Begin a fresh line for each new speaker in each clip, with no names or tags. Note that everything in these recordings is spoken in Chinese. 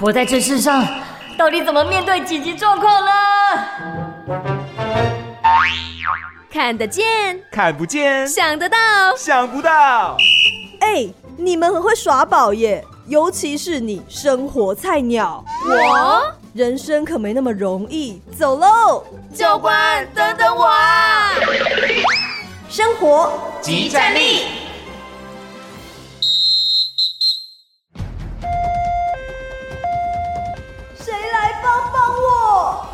我在这世上到底怎么面对紧急状况了？
看得见，
看不见，
想得到。
想不到。
哎，你们很会耍宝耶，尤其是你生活菜鸟，
我
人生可没那么容易。走喽，
教官，等等我啊！
生活
即战力。
谁来帮帮我？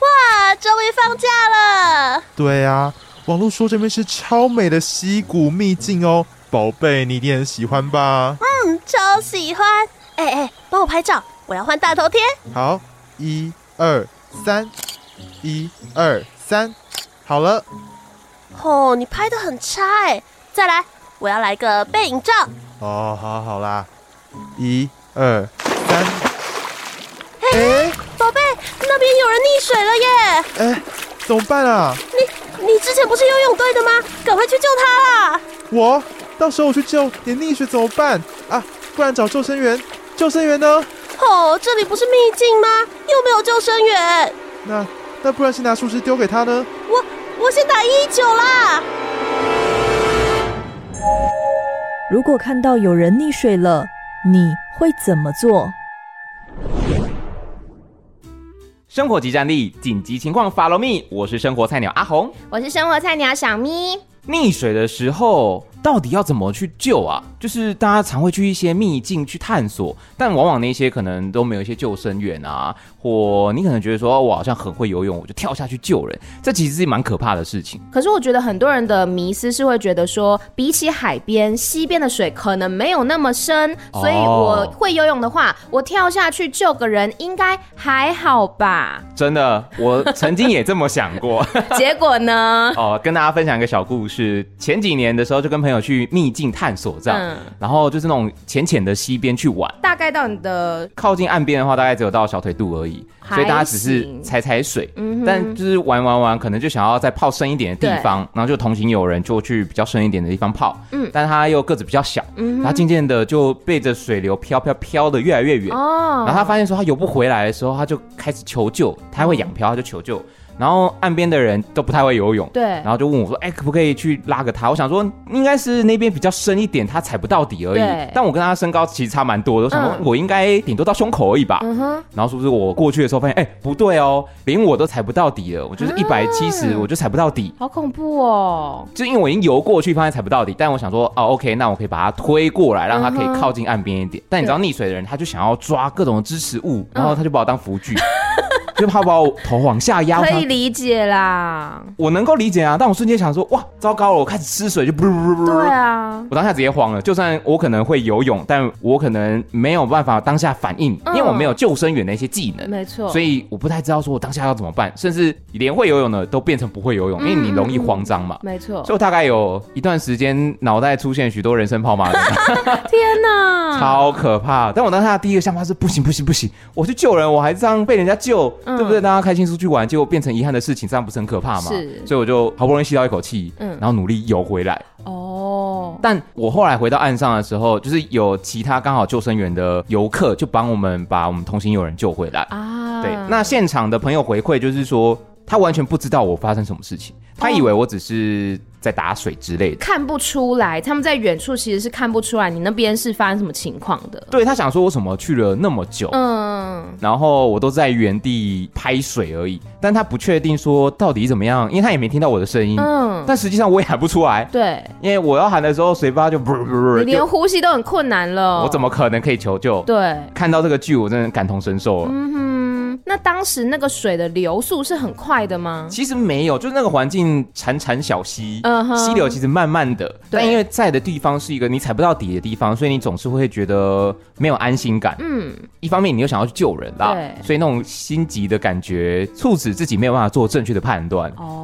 哇，终于放假了！
对啊，网络说这边是超美的溪谷秘境哦，宝贝，你一定很喜欢吧？
嗯，超喜欢。哎哎，帮我拍照，我要换大头贴。
好，一二三，一二三，好了，
哦，你拍的很差哎，再来，我要来个背影照。
哦，好好啦，一二三，哎
宝贝，那边有人溺水了耶！
哎，怎么办啊？
你你之前不是游泳队的吗？赶快去救他啦！
我到时候我去救你溺水怎么办啊？不然找救生员，救生员呢？
哦，这里不是秘境吗？又没有救生员，
那那不然先拿树枝丢给他呢？
我我先打一一九啦。
如果看到有人溺水了，你会怎么做？
生活即战力，紧急情况 follow me，我是生活菜鸟阿红。
我是生活菜鸟小咪，
溺水的时候到底要怎么去救啊？就是大家常会去一些秘境去探索，但往往那些可能都没有一些救生员啊，或你可能觉得说哦我好像很会游泳，我就跳下去救人，这其实是蛮可怕的事情。
可是我觉得很多人的迷思是会觉得说，比起海边、溪边的水可能没有那么深，
哦
所以我会游泳的话，我跳下去救个人应该还 好吧？
真的，我曾经也这么想过。
结果呢？
哦，跟大家分享一个小故事。前几年的时候，就跟朋友去秘境探索这样，
嗯
然后就是那种浅浅的溪边去玩。
大概到你的
靠近岸边的话，大概只有到小腿肚而已，
还
所以大家只是
行
踩踩水。
嗯哼
但就是玩玩玩，可能就想要再泡深一点的地方，然后就同行有人就去比较深一点的地方泡。嗯
嗯，
但他又个子比较小，
嗯
嗯，他渐渐的就被着水流飘飘飘的越来越远。
哦，
然后他发现说他游不回来的时候，他就开始求救，他会仰漂，他就求救。然后岸边的人都不太会游泳，
对
然后就问我说：“哎、可不可以去拉个他？”我想说应该是那边比较深一点，他踩不到底而已
对。
但我跟他身高其实差蛮多的，我想说
嗯
我应该顶多到胸口而已吧。
嗯哼，
然后是不是我过去的时候发现，哎、不对哦，连我都踩不到底了，我
啊
就是一百七十，我就踩不到底。
好恐怖哦，
就因为我已经游过去，发现踩不到底，但我想说，哦，OK，那我可以把它推过来，让它可
嗯嗯
以
哼
靠近岸边一点。但你知道溺水的人，他就想要抓各种支持物，然后他就把我当浮具， 就怕把我头往下压。我
可
想
以啊理解啦，
我能够理解啊，但我瞬间想说，哇，糟糕了，我开始吃水就不不不不。
对啊，
我当下直接慌了，就算我可能会游泳，但我可能没有办法当下反应，因
嗯
为我没有救生员的一些技能。
啊没错，
所以我不太知道说我当下要怎么办，甚至连会游泳的都变成不会游泳，因为你容易慌张嘛。
没错，
所以我大概有一段时间脑袋出现许多人生跑马灯，
天哪，
超可怕。但我当下的第一个想法是不行不行不行，我去救人，我还这样被人家救，
嗯
对不对？大家开心出去玩，结果变成遗憾的事情，这样不是很可怕吗？
是
所以我就好不容易吸到一口气，
嗯
然后努力游回来。
哦，
但我后来回到岸上的时候，就是有其他刚好救生员的游客就帮我们把我们同行友人救回来。
啊，
对，那现场的朋友回馈就是说，他完全不知道我发生什么事情，他以为我只是在打水之类的。
看不出来，他们在远处其实是看不出来你那边是发生什么情况的。
对他想说，我怎么去了那么久？
嗯，
然后我都在原地拍水而已，但他不确定说到底怎么样，因为他也没听到我的声音。
嗯
但实际上我也喊不出来，
对，
因为我要喊的时候，水巴就不不
你
不
连呼吸都很困难了。
我怎
么？
么可能可以求救？
对，
看到这个剧，我真的感同身受了。
嗯，那当时那个水的流速是很快的吗？
其实没有，就是那个环境潺潺小溪
嗯哼
溪流其实慢慢的，
对
但因为在的地方是一个你踩不到底的地方，所以你总是会觉得没有安心感。
嗯，
一方面你又想要去救人啦，
对
所以那种心急的感觉促使自己没有办法做正确的判断。
哦。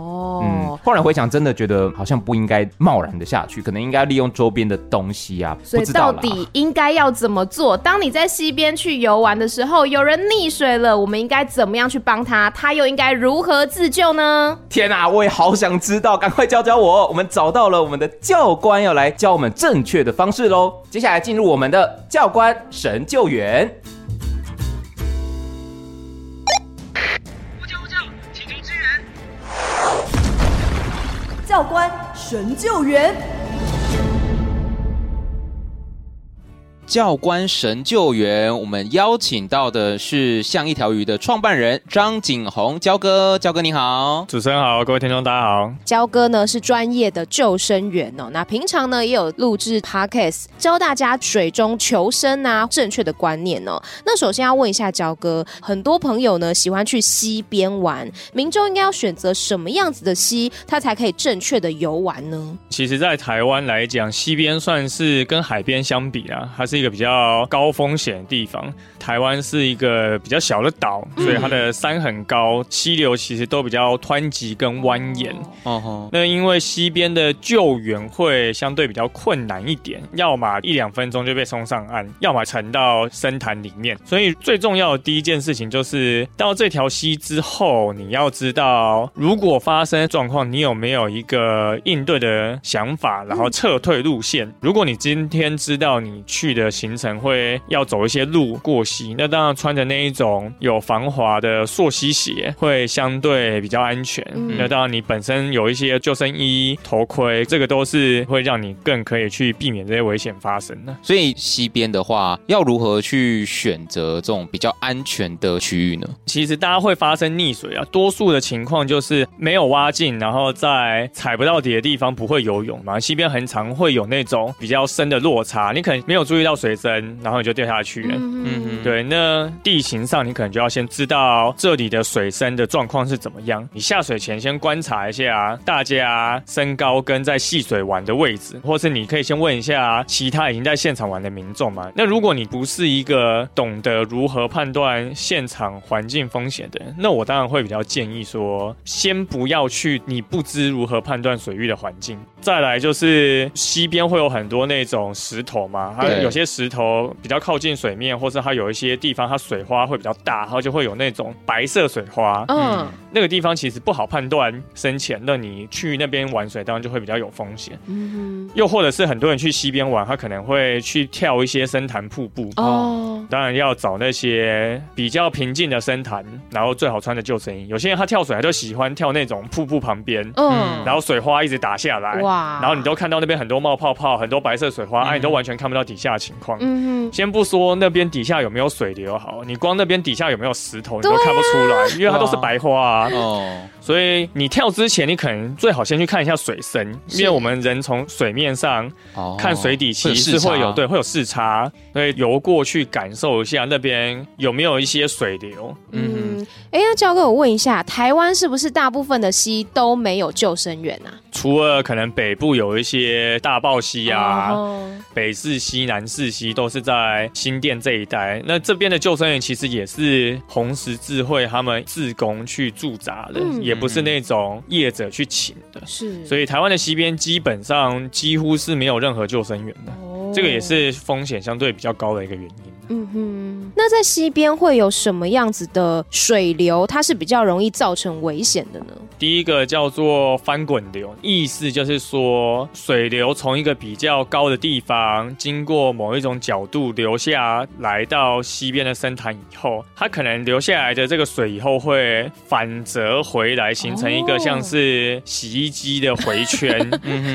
嗯
哦，，
后来回想，真的觉得好像不应该贸然的下去，可能应该利用周边的东西啊。
所以
不知道
到
啦
底应该要怎么做？当你在溪边去游玩的时候，有人溺水了，我们应该怎么样去帮他？他又应该如何自救呢？
天啊，我也好想知道，赶快教教我！我们找到了我们的教官，要来教我们正确的方式喽。接下来进入我们的教官神救援。
教官神救援，
教官神救援，我们邀请到的是像一条鱼的创办人张景宏焦哥，焦哥你好。
主持人好，各位听众大家好。
焦哥呢是专业的救生员哦，那平常呢也有录制 podcast 教大家水中求生啊正确的观念哦。那首先要问一下焦哥，很多朋友呢喜欢去溪边玩，民众应该要选择什么样子的溪，它才可以正确的游玩呢？
其实，在台湾来讲，西边算是跟海边相比啊，它是一个比较高风险的地方。台湾是一个比较小的岛，所以它的山很高，溪流其实都比较湍急跟蜿蜒。
哦吼，
那因为西边的救援会相对比较困难一点，要么一两分钟就被送上岸，要么沉到深潭里面。所以最重要的第一件事情就是到这条溪之后，你要知道如果发生状况，你有没有一个应对的想法，然后撤退路线。如果你今天知道你去的行程会要走一些路过溪，那当然穿着那一种有防滑的溯溪鞋会相对比较安全。
嗯
那当然，你本身有一些救生衣、头盔，这个都是会让你更可以去避免这些危险发生的。
所以西边的话，要如何去选择这种比较安全的区域呢？
其实大家会发生溺水啊，多数的情况就是没有挖进，然后在踩不到底的地方不会游泳嘛。西边很常会有那种比较深的落差，你可能没有注意到水深，然后你就掉下去了。
嗯哼，
对，那地形上你可能就要先知道这里的水深的状况是怎么样。你下水前先观察一下大家身高跟在戏水玩的位置，或是你可以先问一下其他已经在现场玩的民众嘛。那如果你不是一个懂得如何判断现场环境风险的人，那我当然会比较建议说，先不要去你不知如何判断水域的环境。再来就是西边会有很多那种石头嘛，它
对
有些。有些石头比较靠近水面，或是它有一些地方它水花会比较大，它就会有那种白色水花。
嗯，
那个地方其实不好判断深浅，那你去那边玩水当然就会比较有风险。
嗯
又或者是很多人去溪边玩，他可能会去跳一些深潭瀑布。
哦，
当然要找那些比较平静的深潭，然后最好穿着救生衣。有些人他跳水，他就喜欢跳那种瀑布旁边，
嗯，
然后水花一直打下来，
哇
然后你都看到那边很多冒泡泡，很多白色水花，哎、你都完全看不到底下的情况。
嗯
先不说那边底下有没有水流好，你光那边底下有没有石头，你都看不出
啊
来，因为它都是白花啊。
嗯
哦，
所以你跳之前，你可能最好先去看一下水深，因为我们人从水面上
哦
看水底其实是会有，对会有视差，所以游过去感受一下那边有没有一些水流。
哼，嗯，哎，那焦哥，我问一下，台湾是不是大部分的溪都没有救生员啊？
除了可能北部有一些大豹溪啊，
哦
北市溪、南市溪都是在新店这一带。那这边的救生员其实也是红十字会他们自工去驻扎的，
嗯
也不是那种业者去请的。
是，
所以台湾的西边基本上几乎是没有任何救生员的，
哦
这个也是风险相对比较高的一个原因。
嗯哼，那在溪边会有什么样子的水流？它是比较容易造成危险的呢？
第一个叫做翻滚流，意思就是说水流从一个比较高的地方经过某一种角度流下来到西边的深潭以后，它可能流下来的这个水以后会反折回来，形成一个像是洗衣机的回圈。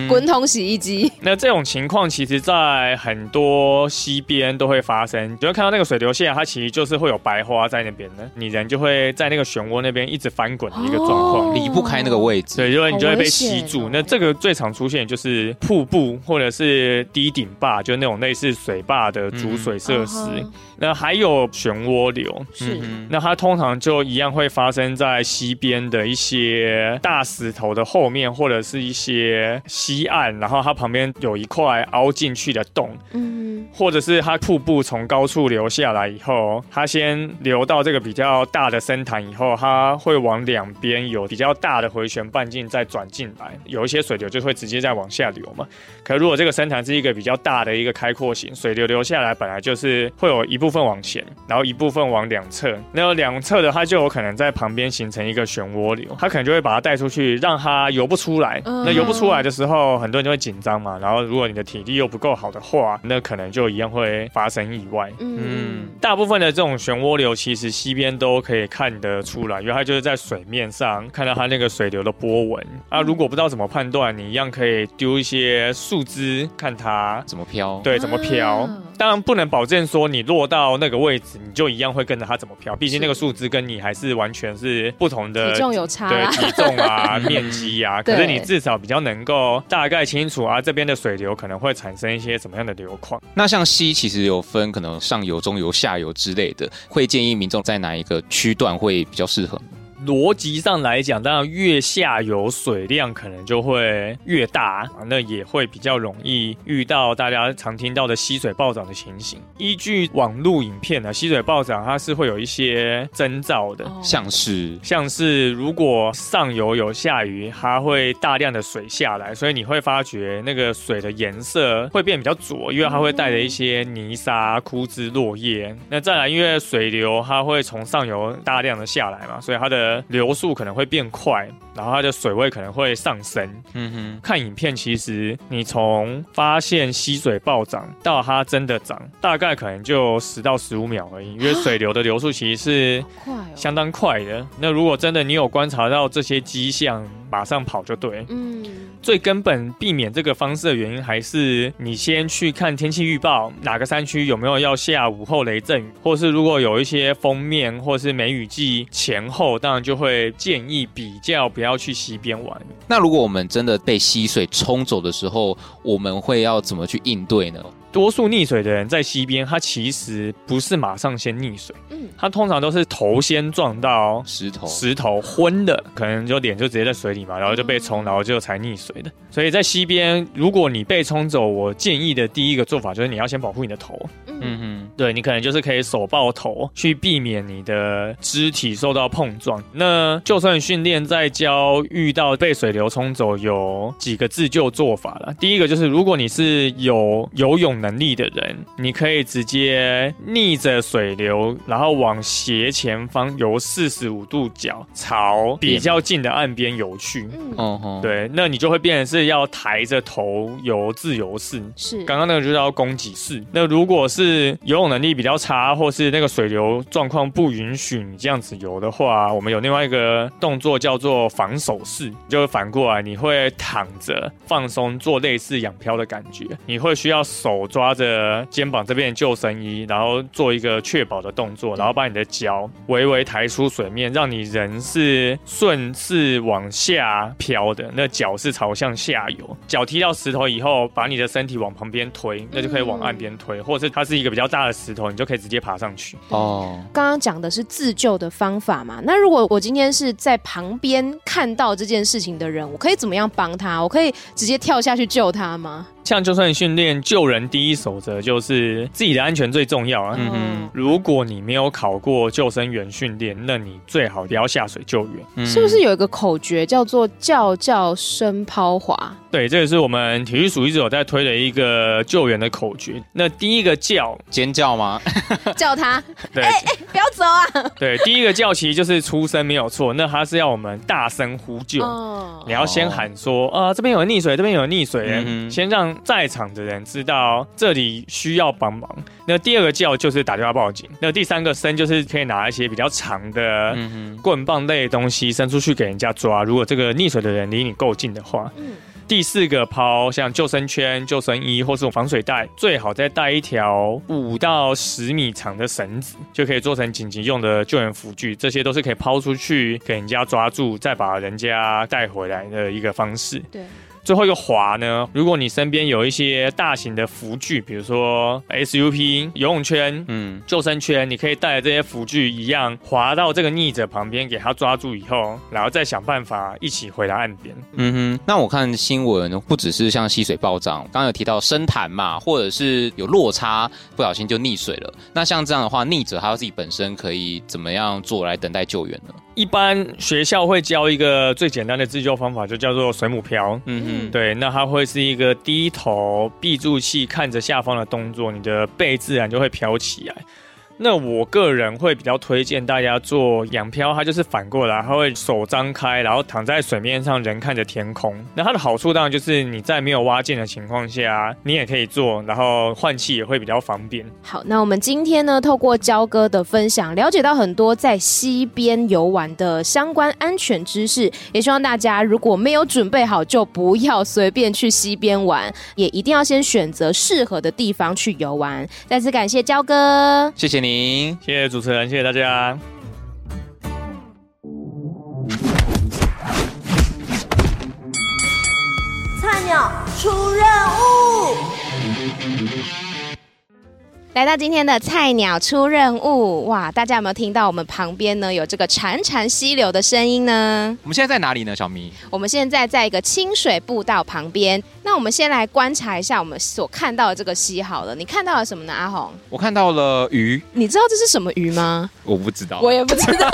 滚筒洗衣机，
那这种情况其实，在很多溪边都会发生。你就会看到那个水流线，啊它其实就是会有白花在那边的，你人就会在那个漩涡那边一直翻滚的一个状况。
嗯
哦
离不开那个位置。
所以就会你就会被吸
好危险
住
哦。
那这个最常出现就是瀑布或者是低顶坝，就是那种类似水坝的主水设施。
嗯
那还有漩涡流，
是
嗯
那它通常就一样会发生在溪边的一些大石头的后面，或者是一些溪岸，然后它旁边有一块凹进去的洞，
嗯，
或者是它瀑布从高处流下来以后，它先流到这个比较大的深潭以后，它会往两边有比较大的回旋半径再转进来，有一些水流就会直接再往下流嘛。可如果这个深潭是一个比较大的一个开阔型，水流流下来本来就是会有一部分往前，然后一部分往两侧，那两侧的它就有可能在旁边形成一个漩涡流，它可能就会把它带出去，让它游不出来。
嗯
那游不出来的时候，很多人就会紧张嘛，然后如果你的体力又不够好的话，那可能就一样会发生意外。
嗯，
大部分的这种漩涡流，其实西边都可以看得出来，因为它就是在水面上看到它那个水流的波纹啊。如果不知道怎么判断，你一样可以丢一些树枝看它
怎么
哦
飘？
对怎么飘。
啊
当然不能保证说你落到那个位置，你就一样会跟着它怎么飘，毕竟那个树枝跟你还是完全是不同的
体重有差
对
啦，
体重啊、面积 啊，可
对
是你至少比较能够大概清楚啊，这边的水流可能会产生一些什么样的流况。
那像溪其实有分可能上游、中游、下游之类的，会建议民众在哪一个区段会比较适合？
逻辑上来讲，当然越下游水量可能就会越大，啊那也会比较容易遇到大家常听到的溪水暴涨的情形。依据网络影片呢，溪水暴涨它是会有一些征兆的。
哦
像是
像是如果上游有下雨，它会大量的水下来，所以你会发觉那个水的颜色会变比较浊，因为它会带着一些泥沙、枯枝、落叶。那再来，因为水流它会从上游大量的下来嘛，所以它的流速可能会变快，然后它的水位可能会上升。
嗯哼，
看影片，其实你从发现溪水暴涨到它真的涨，大概可能就十到十五秒而已，因为水流的流速其实是
快哦，
相当快的。那如果真的你有观察到这些迹象，马上跑就对。
嗯，
最根本避免这个方式的原因，还是你先去看天气预报，哪个山区有没有要下午后雷阵雨，或是如果有一些封面或是梅雨季前后，当然就会建议比较不要去西边玩。
那如果我们真的被溪水冲走的时候，我们会要怎么去应对呢？
多数溺水的人在溪边，他其实不是马上先溺水，
嗯
他通常都是头先撞到
石头，
石头昏的，可能就脸就直接在水里嘛，然后就被冲，然后就才溺水的。所以在溪边，如果你被冲走，我建议的第一个做法就是你要先保护你的头，
嗯哼，
对你可能就是可以手抱头，去避免你的肢体受到碰撞。那就算训练在教遇到被水流冲走有几个自救做法了。第一个就是，如果你是有游泳能力的人，你可以直接逆着水流，然后往斜前方游四十五度角，朝比较近的岸边游去。
哦吼，
嗯对，那你就会变成是要抬着头游自由式，
是
刚刚那个就叫供给式。那如果是游泳能力比较差，或是那个水流状况不允许你这样子游的话，我们有另外一个动作叫做防守式，就是反过来你会躺着放松，做类似仰漂的感觉。你会需要手抓着肩膀这边的救生衣，然后做一个确保的动
嗯
作，然后把你的脚微微抬出水面，让你人是顺势往下飘的，那脚是朝向下游，脚踢到石头以后，把你的身体往旁边推，
嗯
那就可以往岸边推，或者是它是一个比较大的石头，你就可以直接爬上去。
哦，
刚刚讲的是自救的方法嘛？那如果我今天是在旁边看到这件事情的人，我可以怎么样帮他？我可以直接跳下去救他吗？
像就算训练救人第一守则就是自己的安全最重要啊。
嗯
嗯
哼
如果你没有考过救生员训练，那你最好不要下水救援。
嗯
是不是有一个口诀叫做“叫叫声抛滑
对，这也是我们体育署一直有在推的一个救援的口诀。那第一个叫，
尖叫吗？”？
叫他
对、
不要走啊！
对，第一个叫其实就是出声没有错，那它是要我们大声呼救。
哦
你要先喊说，啊、这边有人溺水，这边有人溺水，
嗯哼
先让在场的人知道这里需要帮忙。那第二个叫就是打电话报警，那第三个声就是可以拿一些比较长的
嗯哼，
棍棒类的东西伸出去给人家抓，如果这个溺水的人离你够近的话。第四个抛像救生圈、救生衣或是防水袋，最好再带一条五到十米长的绳子，就可以做成紧急用的救援辅具。这些都是可以抛出去给人家抓住，再把人家带回来的一个方式。
对，
最后一个划呢，如果你身边有一些大型的浮具，比如说 SUP 游泳圈、
嗯，
救生圈，你可以带着这些浮具一样划到这个溺者旁边，给他抓住以后，然后再想办法一起回到岸边。
嗯哼，那我看新闻不只是像溪水暴涨，刚刚有提到深潭嘛，或者是有落差，不小心就溺水了。那像这样的话，溺者他自己本身可以怎么样做来等待救援呢？
一般学校会教一个最简单的自救方法，就叫做水母漂。
嗯
对，那它会是一个低头闭住气，看着下方的动作，你的背自然就会飘起来。那我个人会比较推荐大家做仰漂，它就是反过来，它会手张开，然后躺在水面上，人看着天空。那它的好处当然就是你在没有蛙镜的情况下，你也可以做，然后换气也会比较方便。
好，那我们今天呢，透过焦哥的分享，了解到很多在溪边游玩的相关安全知识。也希望大家如果没有准备好，就不要随便去溪边玩，也一定要先选择适合的地方去游玩。再次感谢焦哥。
谢谢您。
谢谢主持人，谢谢大家。
菜鸟出任务，
来到今天的菜鸟出任务，哇！大家有没有听到我们旁边呢有这个潺潺溪流的声音呢？
我们现在在哪里呢，小咪？
我们现在在一个清水步道旁边，那我们先来观察一下我们所看到的这个溪好了。你看到了什么呢，阿红？
我看到了鱼，
你知道这是什么鱼吗？
我不知道，
我也不知 道。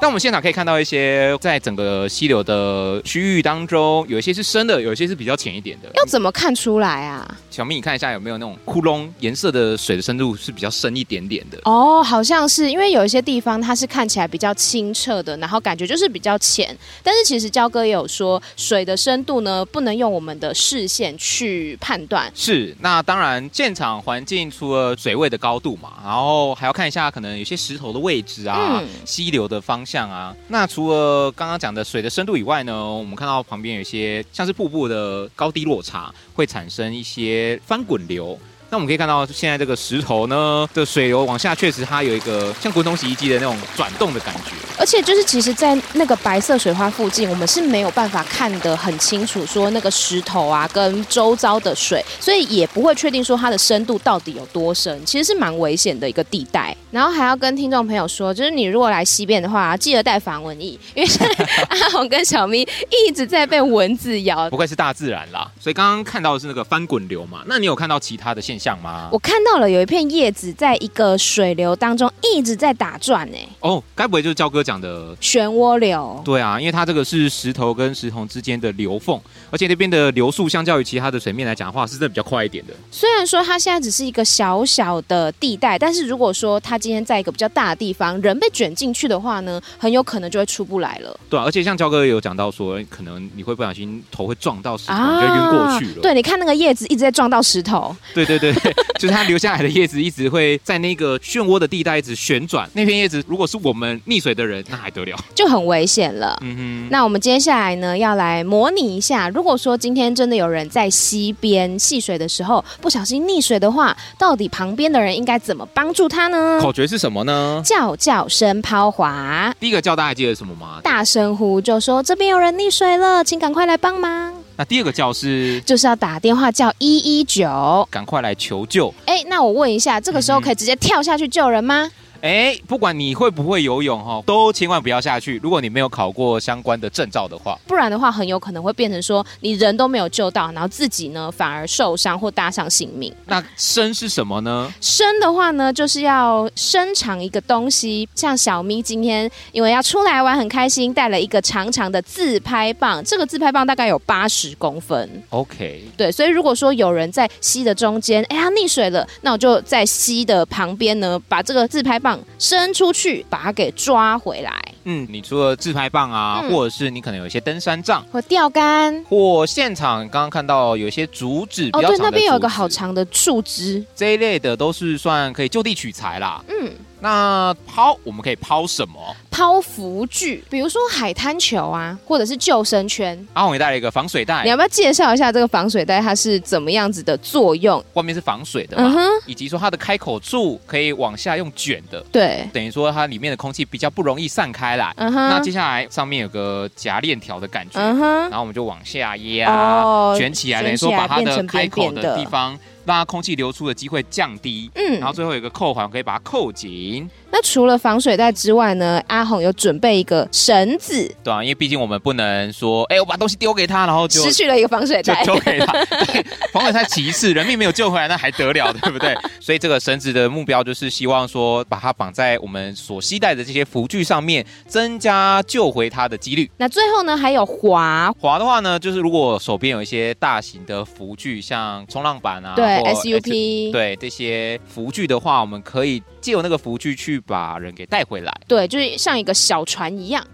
但我们现场可以看到一些在整个溪流的区域当中，有一些是深的，有一些是比较浅一点的。
要怎么看出来啊？
小咪，你看一下有没有那种窟窿，颜色的水的深度是比较深一点点的。
哦，好像是因为有一些地方它是看起来比较清澈的，然后感觉就是比较浅。但是其实焦哥也有说，水的深度呢不能用我们的视线去判断。
是，那当然，现场环境除了水位的高度嘛，然后还要看一下可能有些石头的位置啊、
嗯
溪流的方向啊。那除了刚刚讲的水的深度以外呢，我们看到旁边有一些像是瀑布的高低落差，会产生一些翻滚流。那我们可以看到，现在这个石头呢的水流往下，确实它有一个像滚筒洗衣机的那种转动的感觉。
而且就是，其实，在那个白色水花附近，我们是没有办法看得很清楚，说那个石头啊跟周遭的水，所以也不会确定说它的深度到底有多深，其实是蛮危险的一个地带。然后还要跟听众朋友说，就是你如果来西边的话，记得带防蚊液，因为现在阿红跟小咪一直在被蚊子咬
不。愧是大自然啦，所以刚刚看到的是那个翻滚流嘛。那你有看到其他的现象吗？
我看到了有一片叶子在一个水流当中一直在打转、欸，
哦，该不会就是焦哥讲的
漩涡流。
对啊，因为它这个是石头跟石头之间的流缝，而且那边的流速相较于其他的水面来讲的话，是真的比较快一点的。
虽然说它现在只是一个小小的地带，但是如果说它今天在一个比较大的地方，人被卷进去的话呢，很有可能就会出不来了
对啊，而且像焦哥有讲到说，可能你会不小心头会撞到石头，你就晕过去了。
啊对，你看那个叶子一直在撞到石头，
对对对对， 就是它留下来的叶子一直会在那个漩涡的地带一直旋转。那片叶子如果是我们溺水的人，那还得了？
就很危险了。
嗯哼，
那我们接下来呢，要来模拟一下，如果说今天真的有人在溪边戏水的时候不小心溺水的话，到底旁边的人应该怎么帮助他呢？
口诀是什么呢？
叫叫声抛滑，
第一个叫大家还记得什么吗？
大声呼就说：“这边有人溺水了，请赶快来帮忙。”
那第二个叫是
就是要打电话叫一一九。
赶快来求救。
哎，那我问一下，这个时候可以直接跳下去救人吗？
哎，不管你会不会游泳哈，都千万不要下去。如果你没有考过相关的证照的话，
不然的话，很有可能会变成说你人都没有救到，然后自己呢反而受伤或搭上性命。
那深是什么呢？
伸的话呢，就是要伸长一个东西，像小咪今天因为要出来玩很开心，带了一个长长的自拍棒，这个自拍棒大概有八十公分。
OK，
对，所以如果说有人在溪的中间，哎，他溺水了，那我就在溪的旁边呢，把这个自拍棒伸出去，把它给抓回来，
嗯，你除了自拍棒啊，
嗯
或者是你可能有一些登山杖，
或钓竿。
或现场刚刚看到有一些竹子，
哦，
比较
对，
长的
那边有一
竹
个
子
好长的树枝，
这一类的，都是算可以就地取材啦。
嗯，
那抛我们可以抛什么？
抛浮具，比如说海滩球啊，或者是救生圈。
阿红也带了一个防水袋
哎
你，要不要介绍一下这个防水袋它是怎么样子的作用？
外面是防水的
嗯
嘛，
哼，
以及说它的开口处可以往下用卷的，
对，
等于说它里面的空气比较不容易散开来。
嗯
那
哼
接，下来上面有个夹链条的感觉，
嗯哼
然，后我们就往下
哦
压，卷起来，等于说把它
卷起
的开
来变成
口
扁扁的
的地方，让它空气流出的机会降低。
嗯
然后最后有一个扣环，可以把它扣紧，
那除了防水袋之外呢，阿红有准备一个绳子，
对啊，因为毕竟我们不能说，哎，我把东西丢给他，然后就
失去了一个防水
就
袋。
丢给他。对，防水袋其次，人命没有救回来，那还得了，对不 对？所以这个绳子的目标就是希望说，把它绑在我们所携带的这些浮具上面，增加救回它的几率。
那最后呢，还有滑，
滑的话呢，就是如果手边有一些大型的浮具，像冲浪板啊，
对
或
SUP
对这些浮具的话，我们可以借由那个浮具去把人给带回来。
对，就是像一个小船一样。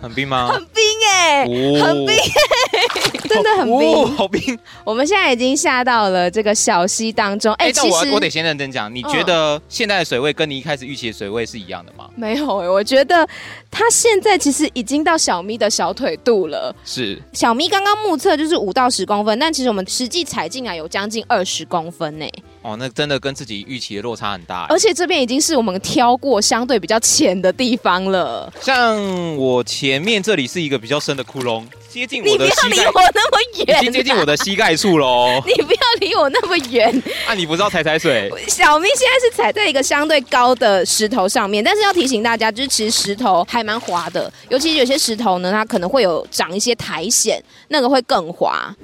很冰吗？很
冰 哎、
冰
很冰 真的很冰
哦、好冰。
我们现在已经下到了这个小溪当中。哎、
哎、但
其
我
实嗯
我得先认真讲，你觉得现在的水位跟你一开始预期的水位是一样的吗？
没有哎、我觉得他现在其实已经到小咪的小腿肚了。
是，
小咪刚刚目测就是五到十公分，但其实我们实际踩进来有将近二十公分呢、
哦，那真的跟自己预期的落差很大。
而且这边已经是我们挑过相对比较浅的地方了。
像我前面这里是一个比较深的窟窿，接近
你
我
不
的
要
膝
离
盖
我，那么远、。
已经接近我的膝盖处喽
你不要离我那么远。
啊，你不知道踩踩水，
小咪现在是踩在一个相对高的石头上面，但是要提醒大家，就是其实石头还蛮滑的，尤其有些石头呢，它可能会有长一些苔藓，那个会更滑。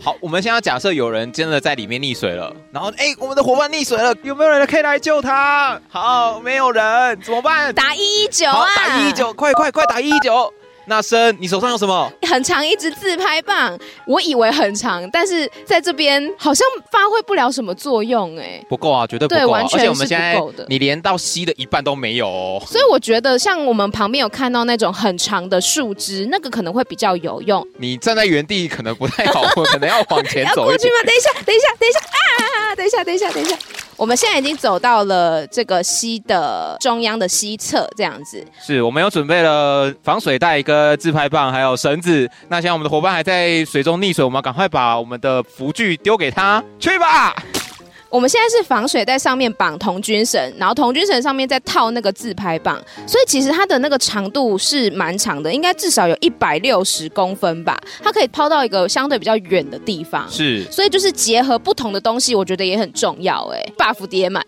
好，我们现在假设有人真的在里面溺水了，然后哎、我们的伙伴溺水了，有没有人可以来救他？好，没有人，怎么办？
打一一九
好
啊，，
打一一，九，快快快打一一九。那生，你手上有什么？
很长一支自拍棒，我以为很长，但是在这边好像发挥不了什么作用哎、
不够啊，绝对不够、啊。
对完全
而且我们
是
现在
不够的
你连到吸的一半都没有、 哦。
所以我觉得，像我们旁边有看到那种很长的树枝，那个可能会比较有用。
你站在原地可能不太好， 我可能要往前
要
走
过
一
去
点。
吗？等一下，等一下，等一下啊！等一下，等一下，等一下。我们现在已经走到了这个溪的中央的西侧，这样子。
是我们有准备了防水袋、跟自拍棒，还有绳子。那现在我们的伙伴还在水中溺水，我们要赶快把我们的浮具丢给他，去吧！
我们现在是防水在上面绑童军绳，然后童军绳上面再套那个自拍棒，所以其实它的那个长度是蛮长的，应该至少有一百六十公分吧。它可以抛到一个相对比较远的地方。
是
所以就是结合不同的东西，我觉得也很重要哎、buff 叠满，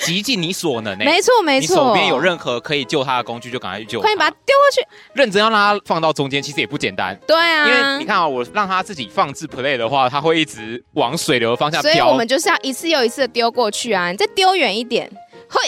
极尽你所能呢、欸
没错没
你
错。
手边有任何可以救他的工具，就赶快去救他。
快点把它丢过去。
认真要让他放到中间，其实也不简单。
对
因
啊，
为你看啊、我让他自己放置 play 的话，他会一直往水流的方向
所以
飘。
我们就是要一次又一次的丢过去啊，你再丢远一点。会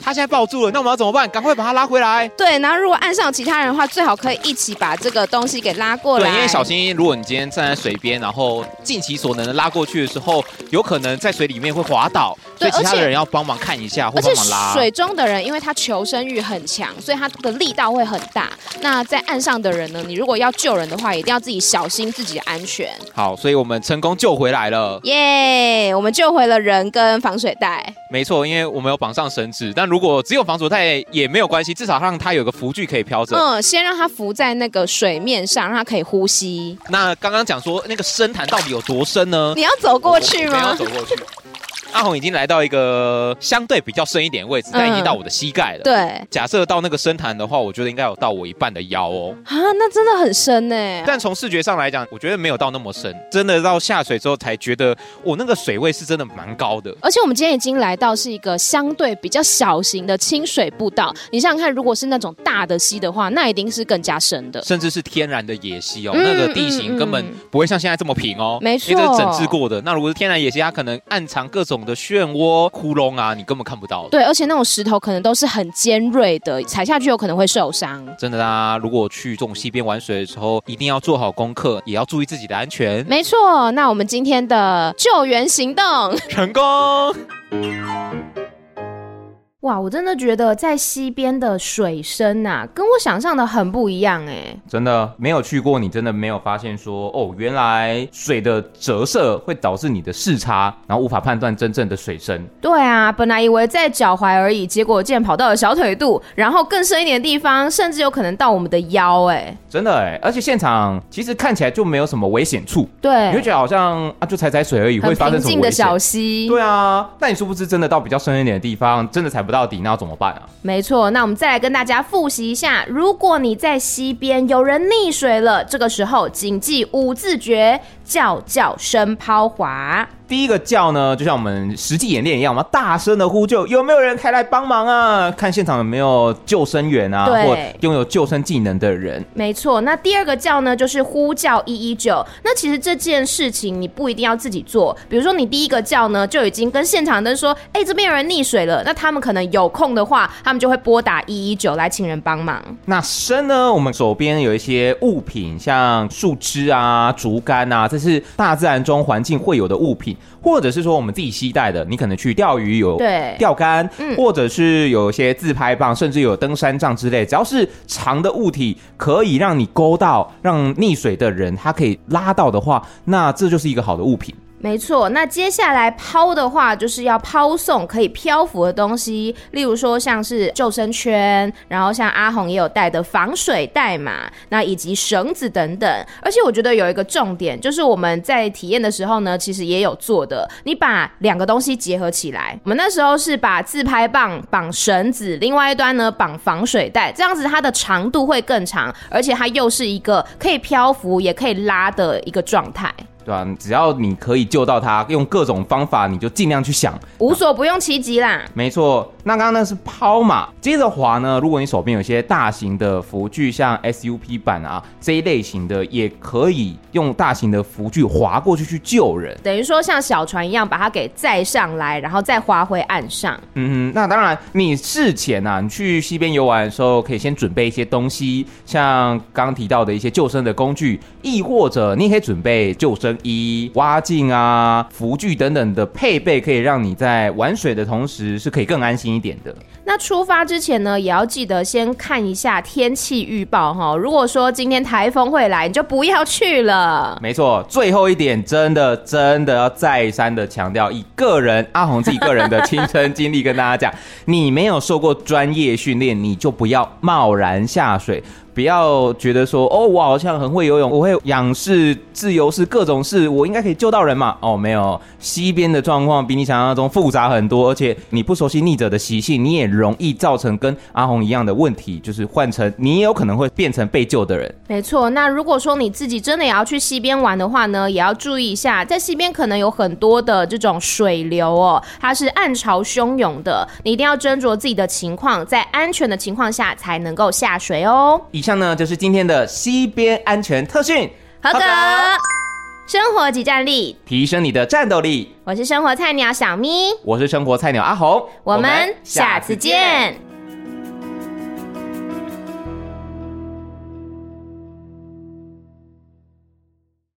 他现在抱住了，那我们要怎么办？赶快把他拉回来。
对，然后如果岸上有其他人的话，最好可以一起把这个东西给拉过来。
对，因为小心，如果你今天站在水边，然后尽其所能的拉过去的时候，有可能在水里面会滑倒，所
对
以其他
而且
的人要帮忙看一下或
而且
帮忙拉。
水中的人，因为他求生欲很强，所以他的力道会很大。那在岸上的人呢，你如果要救人的话，一定要自己小心自己的安全。
好，所以我们成功救回来了。
耶、我们救回了人跟防水袋。
没错，因为我们有绑上绳子，但如果只有防水袋也没有关系，至少让它有个浮具可以飘着。
嗯，先让它浮在那个水面上，让它可以呼吸。
那刚刚讲说那个深潭到底有多深呢？
你要走过去
没有
吗
走？过去。阿红已经来到一个相对比较深一点的位置，但已
嗯
经到我的膝盖了。，
对，
假设到那个深潭的话，我觉得应该有到我一半的腰哦。
啊，那真的很深欸呢、
但从视觉上来讲，我觉得没有到那么深，真的到下水之后才觉得，哦我那个水位是真的蛮高的。
而且我们今天已经来到是一个相对比较小型的清水步道，你想想看，如果是那种大的溪的话，那一定是更加深的。
甚至是天然的野溪哦，
嗯
那个地形
嗯
根本
嗯
不会像现在这么平哦，
没错
因为这是整治过的。那如果是天然野溪，它可能暗藏各种的漩涡、窟窿啊，你根本看不到的。
对，而且那种石头可能都是很尖锐的，踩下去有可能会受伤。
真的啦，如果去这种溪边玩水的时候，一定要做好功课，也要注意自己的安全。
没错，那我们今天的救援行动，
成功，
哇，我真的觉得在溪边的水深呐、跟外我想象的很不一样哎、
真的没有去过，你真的没有发现说，哦，原来水的折射会导致你的视差，然后无法判断真正的水深。
对啊，本来以为在脚踝而已，结果竟然跑到了小腿肚，然后更深一点的地方，甚至有可能到我们的腰哎、
真的哎，而且现场其实看起来就没有什么危险处，
对
你会觉得好像啊，就踩踩水而已，会
很
发生
平
什
静
么危
的
险？
小溪。
对啊，但你殊不知真的到比较深一点的地方，真的踩不到底，那要怎么办啊？
没错，那我们再来跟大家复习一下：如果你在溪边有人溺水了，这个时候谨记五字诀：叫叫声抛滑。
第一个叫呢，就像我们实际演练一样，我们要大声的呼救，有没有人可以来帮忙啊？看现场有没有救生员啊，
对
或拥有救生技能的人。
没错，那第二个叫呢，就是呼叫一一九。那其实这件事情你不一定要自己做，比如说你第一个叫呢，就已经跟现场的人说，哎、这边有人溺水了，那他们可能有空的话，他们就会拨打一一九来请人帮忙。
那伸呢，我们手边有一些物品，像树枝啊、竹竿啊，这是大自然中环境会有的物品，或者是说我们自己携带的，你可能去钓鱼有
对
钓竿，
嗯
或者是有一些自拍棒，甚至有登山杖之类，只要是长的物体可以让你勾到，让溺水的人他可以拉到的话，那这就是一个好的物品。
没错，那接下来抛的话，就是要抛送可以漂浮的东西，例如说像是救生圈，然后像阿红也有带的防水袋嘛，那以及绳子等等。而且我觉得有一个重点，就是我们在体验的时候呢，其实也有做的，你把两个东西结合起来。我们那时候是把自拍棒绑绳子，另外一端呢绑防水带，这样子它的长度会更长，而且它又是一个可以漂浮也可以拉的一个状态。
对吧、只要你可以救到他，用各种方法，你就尽量去想，
无所不用其极啦。
没错，那刚刚那是抛嘛，接着滑呢。如果你手边有一些大型的浮具，像 SUP 板啊这一类型的，也可以用大型的浮具滑过去去救人。
等于说像小船一样把它给载上来，然后再划回岸上。
嗯哼，那当然，你事前啊，你去溪边游玩的时候，可以先准备一些东西，像刚提到的一些救生的工具，亦或者你也可以准备救生衣、蛙镜啊、浮具等等的配备，可以让你在玩水的同时是可以更安心一点的。
那出发之前呢，也要记得先看一下天气预报哈。如果说今天台风会来，你就不要去了。
没错，最后一点真的真的要再三的强调，以个人阿红自己个人的亲身经历跟大家讲， 你没有受过专业训练，你就不要贸然下水。不要觉得说哦，我好像很会游泳，我会仰视、自由式各种式，我应该可以救到人嘛？哦，没有，溪边的状况比你想象中复杂很多，而且你不熟悉溺者的习性，你也容易造成跟阿红一样的问题，就是换成你也有可能会变成被救的人。
没错，那如果说你自己真的也要去溪边玩的话呢，也要注意一下，在溪边可能有很多的这种水流哦，它是暗潮汹涌的，你一定要斟酌自己的情况，在安全的情况下才能够下水哦。
以上呢就是今天的西边安全特训，
合格，生活即战力，
提升你的战斗力。
我是生活菜鸟小咪，
我是生活菜鸟阿红，
我们下次见。